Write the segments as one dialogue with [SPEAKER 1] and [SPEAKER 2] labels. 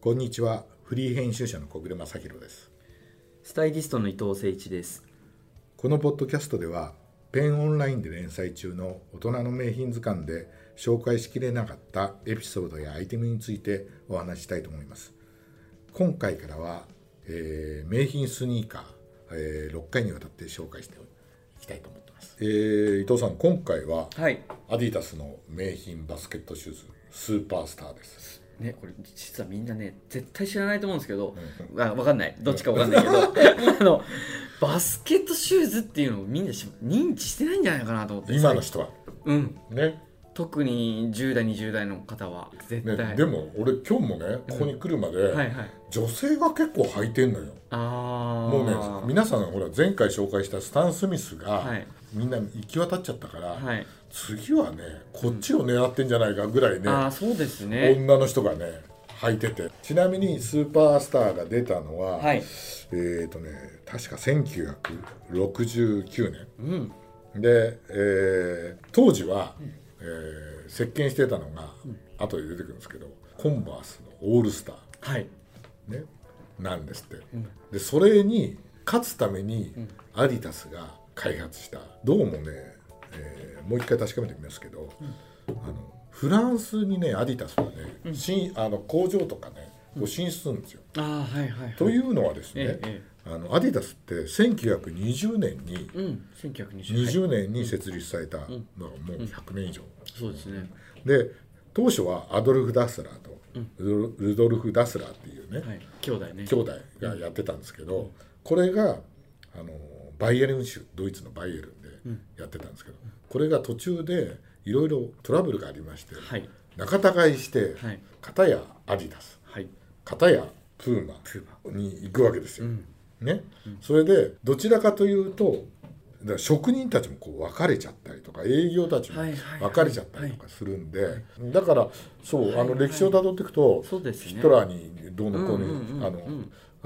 [SPEAKER 1] こんにちはフリー編集者の小暮正弘です
[SPEAKER 2] スタイリストの伊藤誠一です。
[SPEAKER 1] このポッドキャストではペンオンラインで連載中の大人の名品図鑑で紹介しきれなかったエピソードやアイテムについてお話ししたいと思います今回からは、えー名品スニーカー、えー6回にわたって紹介していきたいと思ってます、えー伊藤さん今回は
[SPEAKER 2] はい。
[SPEAKER 1] アディダスの名品バスケットシューズスーパースターです
[SPEAKER 2] ね、これ実はみんなね、絶対知らないと思うんですけど、あわかんない。どっちかわかんないけど、 あの、バスケットシューズっていうのをみんなし認知してないんじゃないかなと思って。
[SPEAKER 1] 今の人は
[SPEAKER 2] うん。
[SPEAKER 1] ね
[SPEAKER 2] 特に10代、20代の方は、絶
[SPEAKER 1] ね
[SPEAKER 2] 対。
[SPEAKER 1] でも俺今日もねここに来るまで、
[SPEAKER 2] はいはい。
[SPEAKER 1] 女性が結構履いてんのよ
[SPEAKER 2] あー。
[SPEAKER 1] もうね皆さんほら前回紹介したスタン・スミスが、
[SPEAKER 2] はい
[SPEAKER 1] みんな行き渡っちゃったから、
[SPEAKER 2] はい。
[SPEAKER 1] 次はねこっちを狙ってんじゃないかぐらいね、
[SPEAKER 2] あー、そうですね。
[SPEAKER 1] 女の人がね履いててちなみにスーパースターが出たのは、
[SPEAKER 2] はい。
[SPEAKER 1] えー、とね確か1969年
[SPEAKER 2] うん。
[SPEAKER 1] で、えー当時は、えー席巻してたのが、後で出てくるんですけどコンバースのオールスター
[SPEAKER 2] はい。
[SPEAKER 1] ね、なんですって、でそれに勝つためにアディタスが開発したどうもね、えーもう一回確かめてみますけど、あのフランスにねアディタスはね、新あの工場とかねこう進出するんですよ。
[SPEAKER 2] あー、はいはいはい。
[SPEAKER 1] というのはですね、
[SPEAKER 2] ええ
[SPEAKER 1] あのアディタスって1920年に、
[SPEAKER 2] うん。1920はい
[SPEAKER 1] 20年に設立された、だからもう100年以上。
[SPEAKER 2] そうですね。
[SPEAKER 1] で当初はアドルフ・ダスラーとルドルドルフ・ダスラーっていうね、
[SPEAKER 2] はい。兄弟ね。
[SPEAKER 1] 兄弟がやってたんですけど、これがあのバイエルン州ドイツのバイエルンでやってたんですけど、これが途中でいろいろトラブルがありまして、
[SPEAKER 2] はい。
[SPEAKER 1] 仲違いして、
[SPEAKER 2] はい
[SPEAKER 1] 片やアディダス
[SPEAKER 2] はい。
[SPEAKER 1] 片やプーマ
[SPEAKER 2] プーマ。
[SPEAKER 1] に行くわけですよ。ね、それでどちらかというとだから職人たちもこう分かれちゃったりとか営業たちも
[SPEAKER 2] はいはいはい
[SPEAKER 1] 分かれちゃったりとかするんで、だからそうあの歴史をたどっていくと、
[SPEAKER 2] そうですね
[SPEAKER 1] ヒトラーにどうのこうの、
[SPEAKER 2] うんうんうん
[SPEAKER 1] あの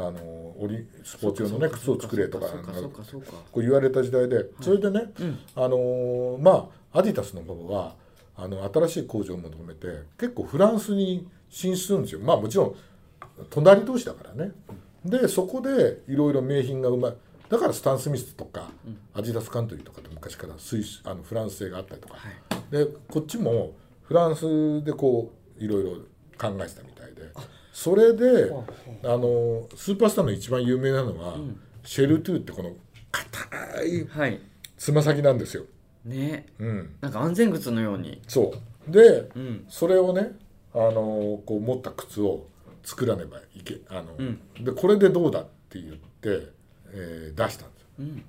[SPEAKER 1] あのオリスポーツ用の、ね、靴を作れとか
[SPEAKER 2] そうかそうかそうか
[SPEAKER 1] こう言われた時代で、それでね、あのーまあアディタスの方はあの新しい工場を求めて結構フランスに進出するんですよまあもちろん隣同士だからねでそこでいろいろ名品がうまいだからスタン・スミスとか、アディダスカントリーとかって昔からスイスあのフランス製があったりとか、
[SPEAKER 2] はい
[SPEAKER 1] でこっちもフランスでこういろいろ考えてたみたいでそれであのスーパースターの一番有名なのは、シェルトゥーってこの硬い
[SPEAKER 2] はい
[SPEAKER 1] つま先なんですよ。
[SPEAKER 2] ね
[SPEAKER 1] うん、
[SPEAKER 2] なんか安全靴のように
[SPEAKER 1] そうで、
[SPEAKER 2] うん
[SPEAKER 1] それをねあのこう持った靴を作らねばいけあの、でこれでどうだって言って、えー出したんですよ。
[SPEAKER 2] うん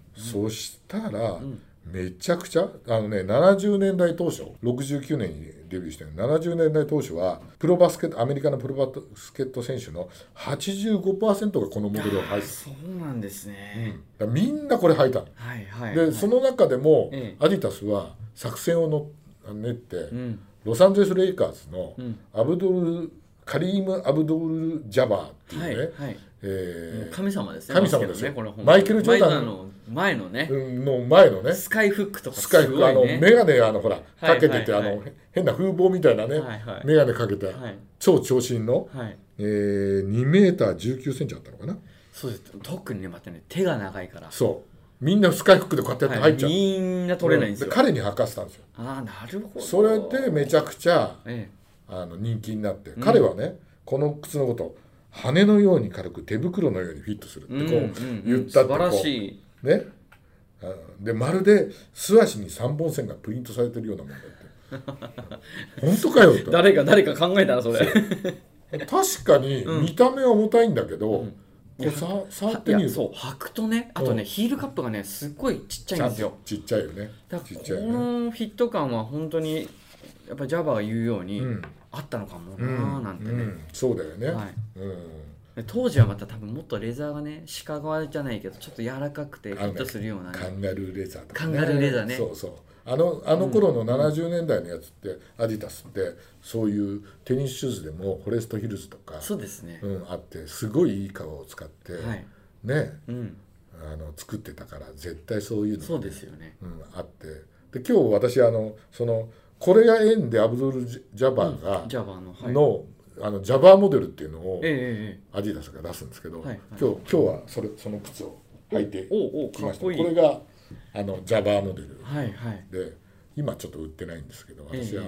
[SPEAKER 1] そしたら、めちゃくちゃあのね70年代当初69年にデビューしてる70年代当初はプロバスケットアメリカのプロバスケット選手の85%がこのモデルを履いて
[SPEAKER 2] そうなんですね、
[SPEAKER 1] ただみんなこれ履いたの
[SPEAKER 2] はいはいは
[SPEAKER 1] で
[SPEAKER 2] い
[SPEAKER 1] その中でも、
[SPEAKER 2] え
[SPEAKER 1] アディタスは作戦をの練って、
[SPEAKER 2] うん
[SPEAKER 1] ロサンゼルス・レイカーズの
[SPEAKER 2] ん
[SPEAKER 1] アブドル、カリーム・アブドル・ジャバーっていう
[SPEAKER 2] はい
[SPEAKER 1] ね、
[SPEAKER 2] はいもう
[SPEAKER 1] え
[SPEAKER 2] 神様ですね
[SPEAKER 1] 神様ですよ
[SPEAKER 2] バスケのねこれ本当に
[SPEAKER 1] マイケルジョーダン
[SPEAKER 2] マイの前のね
[SPEAKER 1] ー、うんの前のね
[SPEAKER 2] スカイフックとか
[SPEAKER 1] ス
[SPEAKER 2] す
[SPEAKER 1] カ
[SPEAKER 2] ご
[SPEAKER 1] イ
[SPEAKER 2] い、ね、
[SPEAKER 1] フあの眼鏡あのほら
[SPEAKER 2] はい
[SPEAKER 1] かけてて、
[SPEAKER 2] はいはい
[SPEAKER 1] あの変な風貌みたいなね、
[SPEAKER 2] はいはい
[SPEAKER 1] 眼鏡かけて、
[SPEAKER 2] はい
[SPEAKER 1] 超長身の、
[SPEAKER 2] はい
[SPEAKER 1] えー、2メーター1 9センチあったのかな
[SPEAKER 2] そうです特にねまたね手が長いから
[SPEAKER 1] そうみんなスカイフックでこうやってやって入っちゃう、
[SPEAKER 2] みんな取れないんですよ、
[SPEAKER 1] で彼に履かせたんですよ
[SPEAKER 2] ああなるほど
[SPEAKER 1] それでめちゃくちゃ
[SPEAKER 2] え
[SPEAKER 1] あの人気になって、彼はねこの靴のことを羽のように軽く手袋のようにフィットするっ
[SPEAKER 2] え
[SPEAKER 1] てこ
[SPEAKER 2] ん
[SPEAKER 1] うん
[SPEAKER 2] ん
[SPEAKER 1] 言ったって
[SPEAKER 2] 素
[SPEAKER 1] こ
[SPEAKER 2] 晴ら
[SPEAKER 1] う
[SPEAKER 2] しい
[SPEAKER 1] ね、あでまるで素足に3本線がプリントされてるようなもんだ って本当かよと
[SPEAKER 2] 誰か誰か考えたなそれ
[SPEAKER 1] 確かに見た目は重たいんだけど、こうさ触ってみ
[SPEAKER 2] いや
[SPEAKER 1] る
[SPEAKER 2] そ
[SPEAKER 1] と
[SPEAKER 2] う履くとねあとね、ヒールカップがねすっごいちっちゃいんですよ
[SPEAKER 1] ちっちゃいよね
[SPEAKER 2] だか
[SPEAKER 1] ち
[SPEAKER 2] ら
[SPEAKER 1] っ
[SPEAKER 2] こ
[SPEAKER 1] ちゃいよね
[SPEAKER 2] のフィット感は本当にやっぱり Java が言うように、
[SPEAKER 1] うん
[SPEAKER 2] あったのかも
[SPEAKER 1] う
[SPEAKER 2] なんーなんてね、
[SPEAKER 1] うんそうだよね、
[SPEAKER 2] はい
[SPEAKER 1] うん
[SPEAKER 2] で当時はまた多分もっとレザーがね鹿革じゃないけどちょっと柔らかくてフィットするようなね
[SPEAKER 1] カンガルーレザーとか、
[SPEAKER 2] カンガルーレザーね
[SPEAKER 1] そうそうあのあの頃の70年代のやつって、アディタスってそういうテニスシューズでもフォレストヒルズとか
[SPEAKER 2] そうですね、
[SPEAKER 1] うん、あってすごいいい革を使って、
[SPEAKER 2] はい
[SPEAKER 1] ね
[SPEAKER 2] うん
[SPEAKER 1] あの作ってたから絶対そういうの
[SPEAKER 2] そうですよね
[SPEAKER 1] うん、あってで今日私あのそのこれが縁でアブドゥル・ジャバーが、
[SPEAKER 2] Java の、はい、
[SPEAKER 1] のあのジャバーモデルっていうのを
[SPEAKER 2] えええ
[SPEAKER 1] アディダスが出すんですけど、
[SPEAKER 2] はいはい
[SPEAKER 1] 今日今日はそれその靴を履いて
[SPEAKER 2] えおうおう
[SPEAKER 1] き
[SPEAKER 2] か
[SPEAKER 1] ま
[SPEAKER 2] っ
[SPEAKER 1] した
[SPEAKER 2] こいい
[SPEAKER 1] これがあのジャバーモデル
[SPEAKER 2] はいはい
[SPEAKER 1] で今ちょっと売ってないんですけど
[SPEAKER 2] ええ
[SPEAKER 1] 私は、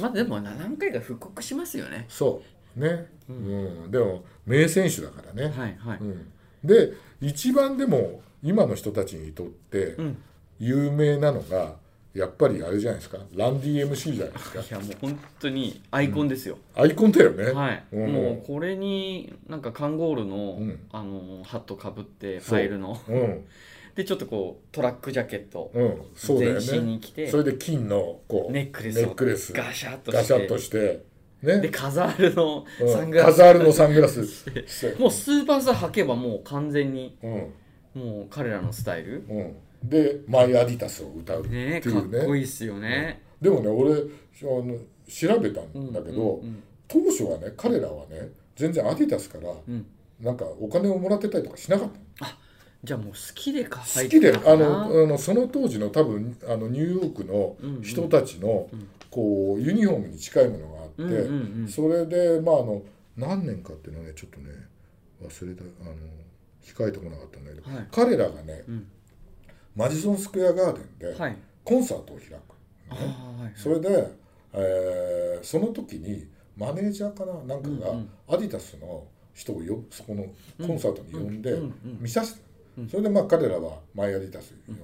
[SPEAKER 2] まあでも何回か復刻しますよね
[SPEAKER 1] そうね、う
[SPEAKER 2] うん
[SPEAKER 1] んでも名選手だからね、
[SPEAKER 2] はいはい
[SPEAKER 1] うん、で一番でも今の人たちにとって
[SPEAKER 2] うん
[SPEAKER 1] 有名なのがやっぱりあれじゃないですかランディ MC じゃないですか
[SPEAKER 2] いやもう本当にアイコンですよ、
[SPEAKER 1] アイコンだよね、
[SPEAKER 2] はい、
[SPEAKER 1] うん
[SPEAKER 2] もうこれになんかカンゴールの、
[SPEAKER 1] うん
[SPEAKER 2] あのハットかぶってフ
[SPEAKER 1] そう
[SPEAKER 2] ァイルの
[SPEAKER 1] うん
[SPEAKER 2] でちょっとこうトラックジャケット
[SPEAKER 1] うんそうだ
[SPEAKER 2] 全
[SPEAKER 1] よ
[SPEAKER 2] 身
[SPEAKER 1] ね
[SPEAKER 2] に着て、
[SPEAKER 1] それで金のこう
[SPEAKER 2] ネックレスを
[SPEAKER 1] ネックレス
[SPEAKER 2] ガシャッと
[SPEAKER 1] ガ
[SPEAKER 2] し
[SPEAKER 1] シャッ
[SPEAKER 2] て
[SPEAKER 1] としてね
[SPEAKER 2] でカザールの
[SPEAKER 1] うん
[SPEAKER 2] サングラ
[SPEAKER 1] カ
[SPEAKER 2] ス、
[SPEAKER 1] ザールのサングラスして
[SPEAKER 2] もうスーパースター履けばもう完全に
[SPEAKER 1] うん
[SPEAKER 2] もう彼らのスタイル
[SPEAKER 1] うんでマイ・アディタスを歌うって
[SPEAKER 2] ね
[SPEAKER 1] い
[SPEAKER 2] か
[SPEAKER 1] うね
[SPEAKER 2] っこいいっすよね、
[SPEAKER 1] でもね俺あの調べたんだけど、
[SPEAKER 2] うんうん
[SPEAKER 1] 当初はね彼らはね全然アディダスから
[SPEAKER 2] うんうん
[SPEAKER 1] なんかお金をもらってたりとかしなかった
[SPEAKER 2] じゃあもう好きでか
[SPEAKER 1] 好きで
[SPEAKER 2] た
[SPEAKER 1] あ
[SPEAKER 2] かな
[SPEAKER 1] のあのその当時の多分あのニューヨークの人たちの
[SPEAKER 2] うんうん
[SPEAKER 1] こうユニフォームに近いものがあ
[SPEAKER 2] うん
[SPEAKER 1] っ
[SPEAKER 2] うんうん
[SPEAKER 1] てそれでまああの何年かっていうのはねちょっとね忘れたあの控えてこなかったんだけど
[SPEAKER 2] はい
[SPEAKER 1] 彼らがね
[SPEAKER 2] うん
[SPEAKER 1] マディソン・スクエア・ガーデンで
[SPEAKER 2] はい
[SPEAKER 1] コンサートを開
[SPEAKER 2] あ
[SPEAKER 1] く、ね、
[SPEAKER 2] ーはい
[SPEAKER 1] それで、えーその時にマネージャーかななんかが、
[SPEAKER 2] うん
[SPEAKER 1] アディダスの人をよそこのコンサートに呼んで
[SPEAKER 2] うんうんうん
[SPEAKER 1] 見させて、
[SPEAKER 2] うん
[SPEAKER 1] それでまあ彼らはマイアディダス呼ん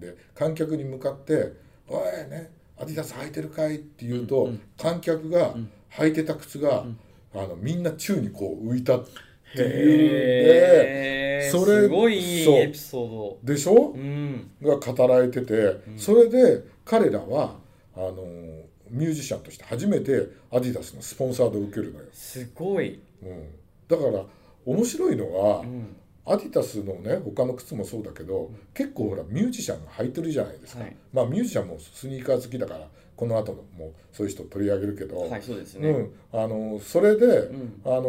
[SPEAKER 1] で,、で観客に向かって「おいねアディダス履いてるかい?」って言うと、
[SPEAKER 2] うんうん
[SPEAKER 1] 観客が
[SPEAKER 2] ん
[SPEAKER 1] 履いてた靴が、
[SPEAKER 2] ん
[SPEAKER 1] あのみんな宙にこう浮いたっていうんで
[SPEAKER 2] へえ
[SPEAKER 1] それ
[SPEAKER 2] すごいい
[SPEAKER 1] そう
[SPEAKER 2] いエピソ
[SPEAKER 1] でしょ
[SPEAKER 2] ードうん
[SPEAKER 1] が語られてて、それで彼らはあのミュージシャンとして初めてアディダスのスポンサードを受けるのよ、
[SPEAKER 2] すごい、
[SPEAKER 1] うん、だから面白いのは、
[SPEAKER 2] うん
[SPEAKER 1] アディダスのね他の靴もそうだけど結構ほらミュージシャンが履いてるじゃないですか、
[SPEAKER 2] はい
[SPEAKER 1] まあミュージシャンもスニーカー好きだからこの後もそういう人取り上げるけど、
[SPEAKER 2] はいそうです
[SPEAKER 1] う
[SPEAKER 2] ね、
[SPEAKER 1] ん、あのそれで、
[SPEAKER 2] ん
[SPEAKER 1] あの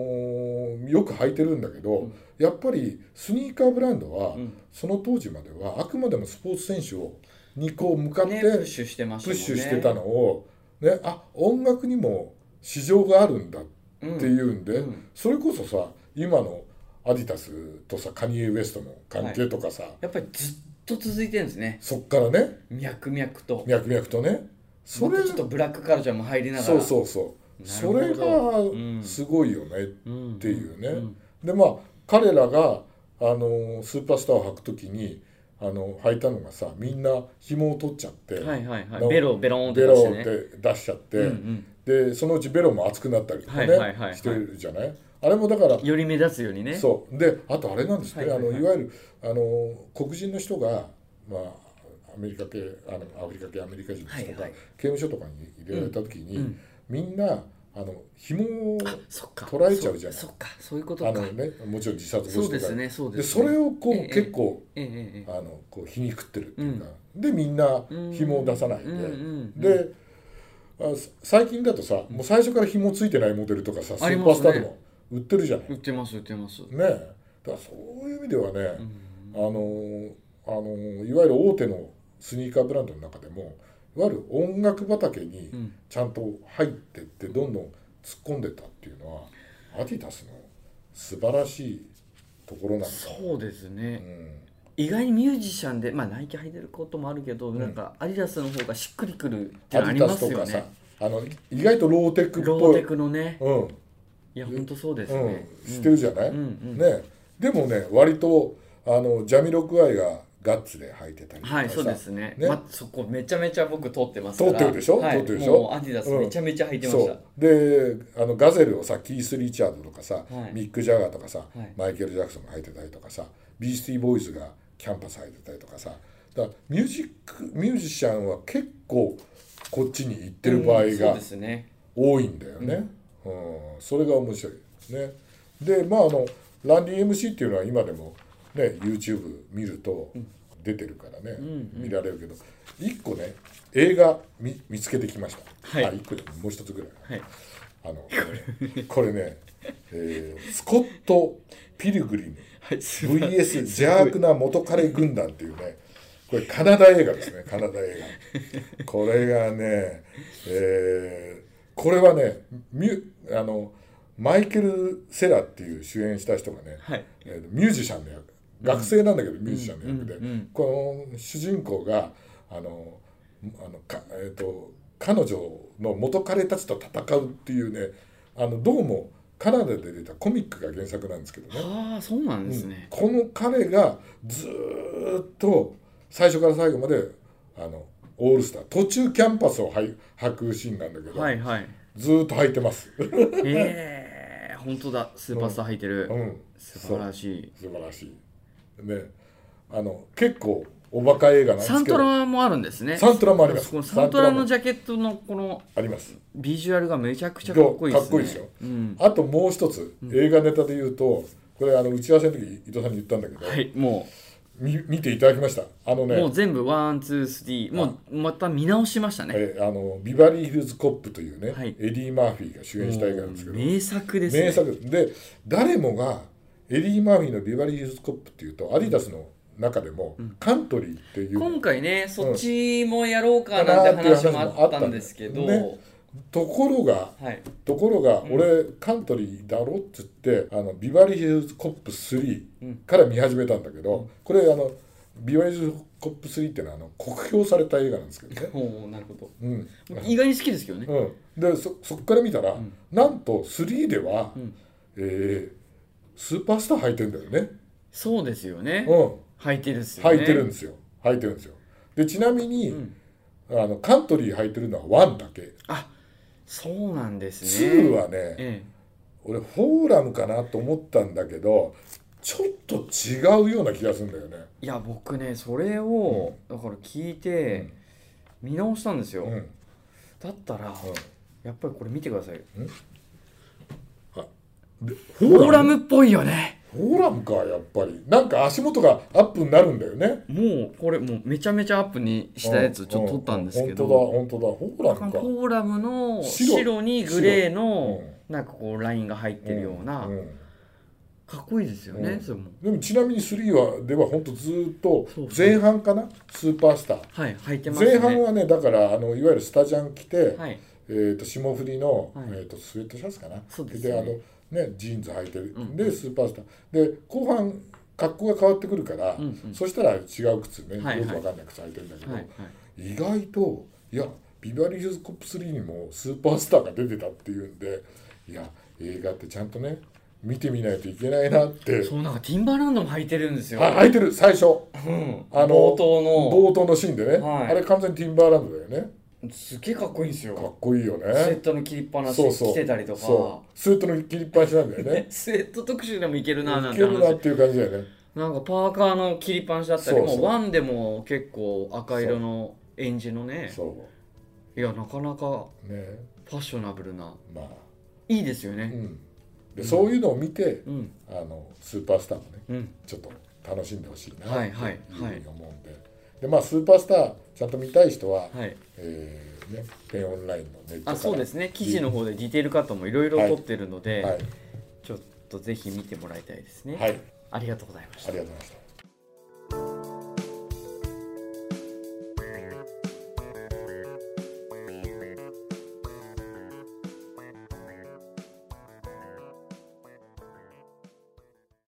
[SPEAKER 1] ーよく履いてるんだけど、
[SPEAKER 2] うん
[SPEAKER 1] やっぱりスニーカーブランドは、
[SPEAKER 2] うん
[SPEAKER 1] その当時まではあくまでもスポーツ選手をにこう向かって
[SPEAKER 2] ね、
[SPEAKER 1] プ
[SPEAKER 2] プ
[SPEAKER 1] ッ
[SPEAKER 2] ッシュしてましたもんね
[SPEAKER 1] シュしてたのを、ねあ音楽にも市場があるんだっ
[SPEAKER 2] うん
[SPEAKER 1] ていうんで、
[SPEAKER 2] うん
[SPEAKER 1] それこそさ今のアディタスとさカニエ・ウエストの関係とかさ、
[SPEAKER 2] やっぱりずっと続いてるんですね
[SPEAKER 1] そっからね
[SPEAKER 2] 脈々と
[SPEAKER 1] 脈々とねそ
[SPEAKER 2] もっ
[SPEAKER 1] れ
[SPEAKER 2] とちょっとブラックカルチャーも入りながら
[SPEAKER 1] そうそうそう
[SPEAKER 2] な
[SPEAKER 1] そ
[SPEAKER 2] る
[SPEAKER 1] れ
[SPEAKER 2] ほど
[SPEAKER 1] がすごいよね、
[SPEAKER 2] うん
[SPEAKER 1] っていうね、
[SPEAKER 2] ん
[SPEAKER 1] でまあ彼らがあのースーパースターを履くときにあの履いたのがさみんな紐を取っちゃって、
[SPEAKER 2] はいはいは
[SPEAKER 1] ない
[SPEAKER 2] ベロベローンって
[SPEAKER 1] ベ
[SPEAKER 2] 出
[SPEAKER 1] ロ
[SPEAKER 2] し
[SPEAKER 1] を
[SPEAKER 2] てね
[SPEAKER 1] 出しちゃって、
[SPEAKER 2] うんうん
[SPEAKER 1] でそのうちベロも熱くなったりとかね、
[SPEAKER 2] はいはいはいはい
[SPEAKER 1] してるじゃないあれもだから
[SPEAKER 2] より目立つようにね
[SPEAKER 1] そうであとあれなんですね、
[SPEAKER 2] はいはいはい
[SPEAKER 1] いあのいわゆるあの黒人の人が、まあ、アメリカ系あのアフリカ系アメリカ人の人が、
[SPEAKER 2] はいはい
[SPEAKER 1] 刑務所とかに入れられた時に、
[SPEAKER 2] うんうん
[SPEAKER 1] みんなあの紐を
[SPEAKER 2] あそっか
[SPEAKER 1] 捉えちゃうじゃない
[SPEAKER 2] そそっかそういうこと
[SPEAKER 1] あ
[SPEAKER 2] か
[SPEAKER 1] の、ね、もちろん自殺防
[SPEAKER 2] そう
[SPEAKER 1] 止
[SPEAKER 2] で
[SPEAKER 1] とか
[SPEAKER 2] すねそう
[SPEAKER 1] で
[SPEAKER 2] です
[SPEAKER 1] そ
[SPEAKER 2] ね
[SPEAKER 1] れをこう、
[SPEAKER 2] ええ
[SPEAKER 1] 結構
[SPEAKER 2] ええええ
[SPEAKER 1] あのこう皮肉ってるっていうか、でみんな
[SPEAKER 2] うん
[SPEAKER 1] 紐を出さないで、
[SPEAKER 2] うんうんうん
[SPEAKER 1] であさ最近だとさもう最初から紐ついてないモデルとかさ、ス
[SPEAKER 2] あり
[SPEAKER 1] ー
[SPEAKER 2] ます
[SPEAKER 1] パ
[SPEAKER 2] ね
[SPEAKER 1] ースターでも売ってるじゃない。
[SPEAKER 2] 売ってます売ってます
[SPEAKER 1] ねえだからそういう意味ではね、あのあのいわゆる大手のスニーカーブランドの中でもいわゆる音楽畑に
[SPEAKER 2] うん
[SPEAKER 1] ちゃんと入ってってどんどん突っ込んでたっていうのはアディダスの素晴らしいところなんだ
[SPEAKER 2] そうです
[SPEAKER 1] う
[SPEAKER 2] ね
[SPEAKER 1] ん
[SPEAKER 2] 意外にミュージシャンでまあナイキ履いてることもあるけどなんかアディダスの方がしっくりくるって
[SPEAKER 1] ア
[SPEAKER 2] の
[SPEAKER 1] デ
[SPEAKER 2] あ
[SPEAKER 1] ィ
[SPEAKER 2] り
[SPEAKER 1] ダ
[SPEAKER 2] ま
[SPEAKER 1] ス
[SPEAKER 2] す
[SPEAKER 1] と
[SPEAKER 2] よ
[SPEAKER 1] かさ、
[SPEAKER 2] ね
[SPEAKER 1] あのい意外とローテックっ
[SPEAKER 2] ロー
[SPEAKER 1] ぽ
[SPEAKER 2] テ
[SPEAKER 1] い
[SPEAKER 2] クのね
[SPEAKER 1] うん
[SPEAKER 2] いや本当そうです
[SPEAKER 1] う
[SPEAKER 2] ね
[SPEAKER 1] んしてるじゃない、
[SPEAKER 2] うんうん
[SPEAKER 1] ねでもね割とあのジャミロクワイがガッツで履いてたりとかさ、
[SPEAKER 2] はいそうですね
[SPEAKER 1] ね
[SPEAKER 2] まそこめちゃめちゃ僕通ってますから
[SPEAKER 1] 通ってるでしょ
[SPEAKER 2] はい
[SPEAKER 1] 通ってるでしょ
[SPEAKER 2] もうアディダスめちゃめちゃ履いてまし
[SPEAKER 1] そ
[SPEAKER 2] た
[SPEAKER 1] うであのガゼルをさキース・リチャードとかさ、
[SPEAKER 2] はい
[SPEAKER 1] ミック・ジャガーとかさ、
[SPEAKER 2] い
[SPEAKER 1] マイケル・ジャクソンが入ってたりとかさビースティー・ボーイズがキャンパス入ってたりとかさだからミュージックミュージシャンは結構こっちに行ってる場合
[SPEAKER 2] うんそう
[SPEAKER 1] が
[SPEAKER 2] ですね
[SPEAKER 1] 多いんだよね、うんそれが面白いねでまああのランディ MC っていうのは今でもね YouTube 見ると出てるからね、見られるけど一個ね映画見見つけてきました、
[SPEAKER 2] はい
[SPEAKER 1] あ一個じゃないもう一つぐらい
[SPEAKER 2] はい
[SPEAKER 1] あのこれね、えースコット・ピルグリム
[SPEAKER 2] はいすごい
[SPEAKER 1] VS 邪悪な元彼軍団っていうねこれカナダ映画ですねカナダ映画これがね、えーこれはねミュあのマイケル・セラっていう主演した人がね、
[SPEAKER 2] はい
[SPEAKER 1] えーミュージシャンの役学生なんだけど、ミュージシャンの役で、
[SPEAKER 2] うんうんうん
[SPEAKER 1] この主人公があのあのか、えー、と彼女の元彼たちと戦うっていうねあのどうもカナダで出たコミックが原作なんですけどね、
[SPEAKER 2] はあそうなんですね、
[SPEAKER 1] この彼がずーっと最初から最後まであのオールスター途中キャンパスをはい履くシーンなんだけど、
[SPEAKER 2] はいはい
[SPEAKER 1] ずーっと履いてます。
[SPEAKER 2] ええ本当だスーパースター履いてる、
[SPEAKER 1] うん、
[SPEAKER 2] 素晴らしい
[SPEAKER 1] 素晴らしいねあの結構おバカ映画なんで
[SPEAKER 2] サ
[SPEAKER 1] す
[SPEAKER 2] ン
[SPEAKER 1] けど
[SPEAKER 2] トラもあるんですね
[SPEAKER 1] サントラもあります
[SPEAKER 2] このサントラ
[SPEAKER 1] サントラ
[SPEAKER 2] の
[SPEAKER 1] も
[SPEAKER 2] ジャケットのこの
[SPEAKER 1] あります
[SPEAKER 2] ビジュアルがめちゃくちゃかっこいいですね
[SPEAKER 1] かっこいいですよ
[SPEAKER 2] うん、
[SPEAKER 1] あともう一つ、映画ネタで言うとこれあの打ち合わせの時伊藤さんに言ったんだけど、
[SPEAKER 2] はいも
[SPEAKER 1] み見ていただきましたあの
[SPEAKER 2] う、もう
[SPEAKER 1] ね
[SPEAKER 2] 全部ワンツースリーもうまた見直しましたね、
[SPEAKER 1] えあのビバリーヒルズ・コップというね、
[SPEAKER 2] はい
[SPEAKER 1] エディ・マーフィーが主演した映画なんですけど
[SPEAKER 2] 名作ですね
[SPEAKER 1] 名作ですで誰もがエディ・マーフィーのビバリーヒルズ・コップっていうとアディダスの中でもカントリーっていう、
[SPEAKER 2] 今回ねそっちもやろうかなんて話もあったんですけど、
[SPEAKER 1] かなっていう話もあったんだよところが
[SPEAKER 2] はい
[SPEAKER 1] ところが俺、カントリーだろっつってあのビバリーヒルズ・コップ
[SPEAKER 2] うん。
[SPEAKER 1] 3から見始めたんだけど、これあのビバリーヒルズ・コップ3ってのはあの酷評された映画なんですけどね
[SPEAKER 2] おーなるほど
[SPEAKER 1] うん
[SPEAKER 2] 意外に好きですけどね、
[SPEAKER 1] うん、でそそっから見たら、
[SPEAKER 2] ん
[SPEAKER 1] なんと3では、
[SPEAKER 2] ん
[SPEAKER 1] えースーパースター履いてんだよね。
[SPEAKER 2] そうですよね、
[SPEAKER 1] う
[SPEAKER 2] 履いてるっす
[SPEAKER 1] ん、
[SPEAKER 2] よね
[SPEAKER 1] 履いてるんですよ履いてるんですよ。でちなみに、
[SPEAKER 2] ん
[SPEAKER 1] あのカントリー履いてるのは1だけ
[SPEAKER 2] あそうなんですね
[SPEAKER 1] 2はね、
[SPEAKER 2] え
[SPEAKER 1] 俺フォーラムかなと思ったんだけどちょっと違うような気がするんだよね。
[SPEAKER 2] えいや僕ねそれを、だから聞いて見直したんですよ、
[SPEAKER 1] うんうん
[SPEAKER 2] だったら、やっぱりこれ見てくださいよ
[SPEAKER 1] で
[SPEAKER 2] フ
[SPEAKER 1] フ
[SPEAKER 2] ォーラムっぽいよね
[SPEAKER 1] フォーラムかやっぱりなんか足元がアップになるんだよね。
[SPEAKER 2] もうこれもうめちゃめちゃアップにしたやつをちょっと撮ったんですけど、
[SPEAKER 1] う本当だ本当だフォーラム
[SPEAKER 2] フ
[SPEAKER 1] か。
[SPEAKER 2] ォーラムの
[SPEAKER 1] 白
[SPEAKER 2] 白にグレーの
[SPEAKER 1] 白
[SPEAKER 2] なんかこうラインが入ってるような
[SPEAKER 1] うんうん
[SPEAKER 2] かっこいいですよね、
[SPEAKER 1] うん
[SPEAKER 2] それも
[SPEAKER 1] でもちなみに3はでは本当ずーっと
[SPEAKER 2] そうそう
[SPEAKER 1] 前半かなスーパースター。
[SPEAKER 2] はい履いてますね
[SPEAKER 1] 前半はねだからあのいわゆるスタジャン着て、
[SPEAKER 2] はい
[SPEAKER 1] えー、と霜降りの、
[SPEAKER 2] はい
[SPEAKER 1] えー、とスウェットシャツかな
[SPEAKER 2] そうですね
[SPEAKER 1] あのね、ジーンズ履いてる、
[SPEAKER 2] うん
[SPEAKER 1] でスーパースターで後半格好が変わってくるから、
[SPEAKER 2] うんうん
[SPEAKER 1] そしたら違う靴ね、
[SPEAKER 2] はいはい
[SPEAKER 1] よくわかんない靴履いてるんだけど、
[SPEAKER 2] はいはい
[SPEAKER 1] 意外といやビバリーヒルズコップ3にもスーパースターが出てたっていうんでいや映画ってちゃんとね見てみないといけないなって
[SPEAKER 2] そうなんかティンバーランドも履いてるんですよ、
[SPEAKER 1] あ履いてる最初
[SPEAKER 2] うん、
[SPEAKER 1] あの
[SPEAKER 2] 冒頭の
[SPEAKER 1] 冒頭のシーンでね、
[SPEAKER 2] はい
[SPEAKER 1] あれ完全にティンバーランドだよね
[SPEAKER 2] すっげえかっこいいんですよ
[SPEAKER 1] かっこいいよね
[SPEAKER 2] スウェットの切りっぱなし
[SPEAKER 1] そうそう
[SPEAKER 2] 着てたりとか
[SPEAKER 1] そうスウェットの切りっぱなしなんだよ ね
[SPEAKER 2] スウェット特集でもいけるな
[SPEAKER 1] い
[SPEAKER 2] なんて
[SPEAKER 1] けるな
[SPEAKER 2] 話
[SPEAKER 1] っていう感じだよね
[SPEAKER 2] なんかパーカーの切りっぱなしだったり
[SPEAKER 1] そうそう
[SPEAKER 2] もうワンでも結構赤色のエンジのね
[SPEAKER 1] そ
[SPEAKER 2] いやなかなか
[SPEAKER 1] うね
[SPEAKER 2] ファッショナブルな
[SPEAKER 1] まあ
[SPEAKER 2] いいですよ
[SPEAKER 1] う
[SPEAKER 2] ね
[SPEAKER 1] んでそういうのを見て
[SPEAKER 2] うん、
[SPEAKER 1] あのスーパースターもね
[SPEAKER 2] うん、
[SPEAKER 1] ちょっと楽しんでほしいな
[SPEAKER 2] は
[SPEAKER 1] とい
[SPEAKER 2] いはいう
[SPEAKER 1] ふう
[SPEAKER 2] は
[SPEAKER 1] に
[SPEAKER 2] い
[SPEAKER 1] 思うんででまあスーパースターちゃんと見たい人は、
[SPEAKER 2] はい
[SPEAKER 1] えーね、ペンオンラインのネットから
[SPEAKER 2] あそうですね記事の方でディテールカットもいろいろ撮ってるので、
[SPEAKER 1] はい、
[SPEAKER 2] ちょっとぜひ見てもらいたいですね、
[SPEAKER 1] はい、ありがと
[SPEAKER 2] ありがとうございました
[SPEAKER 1] うございました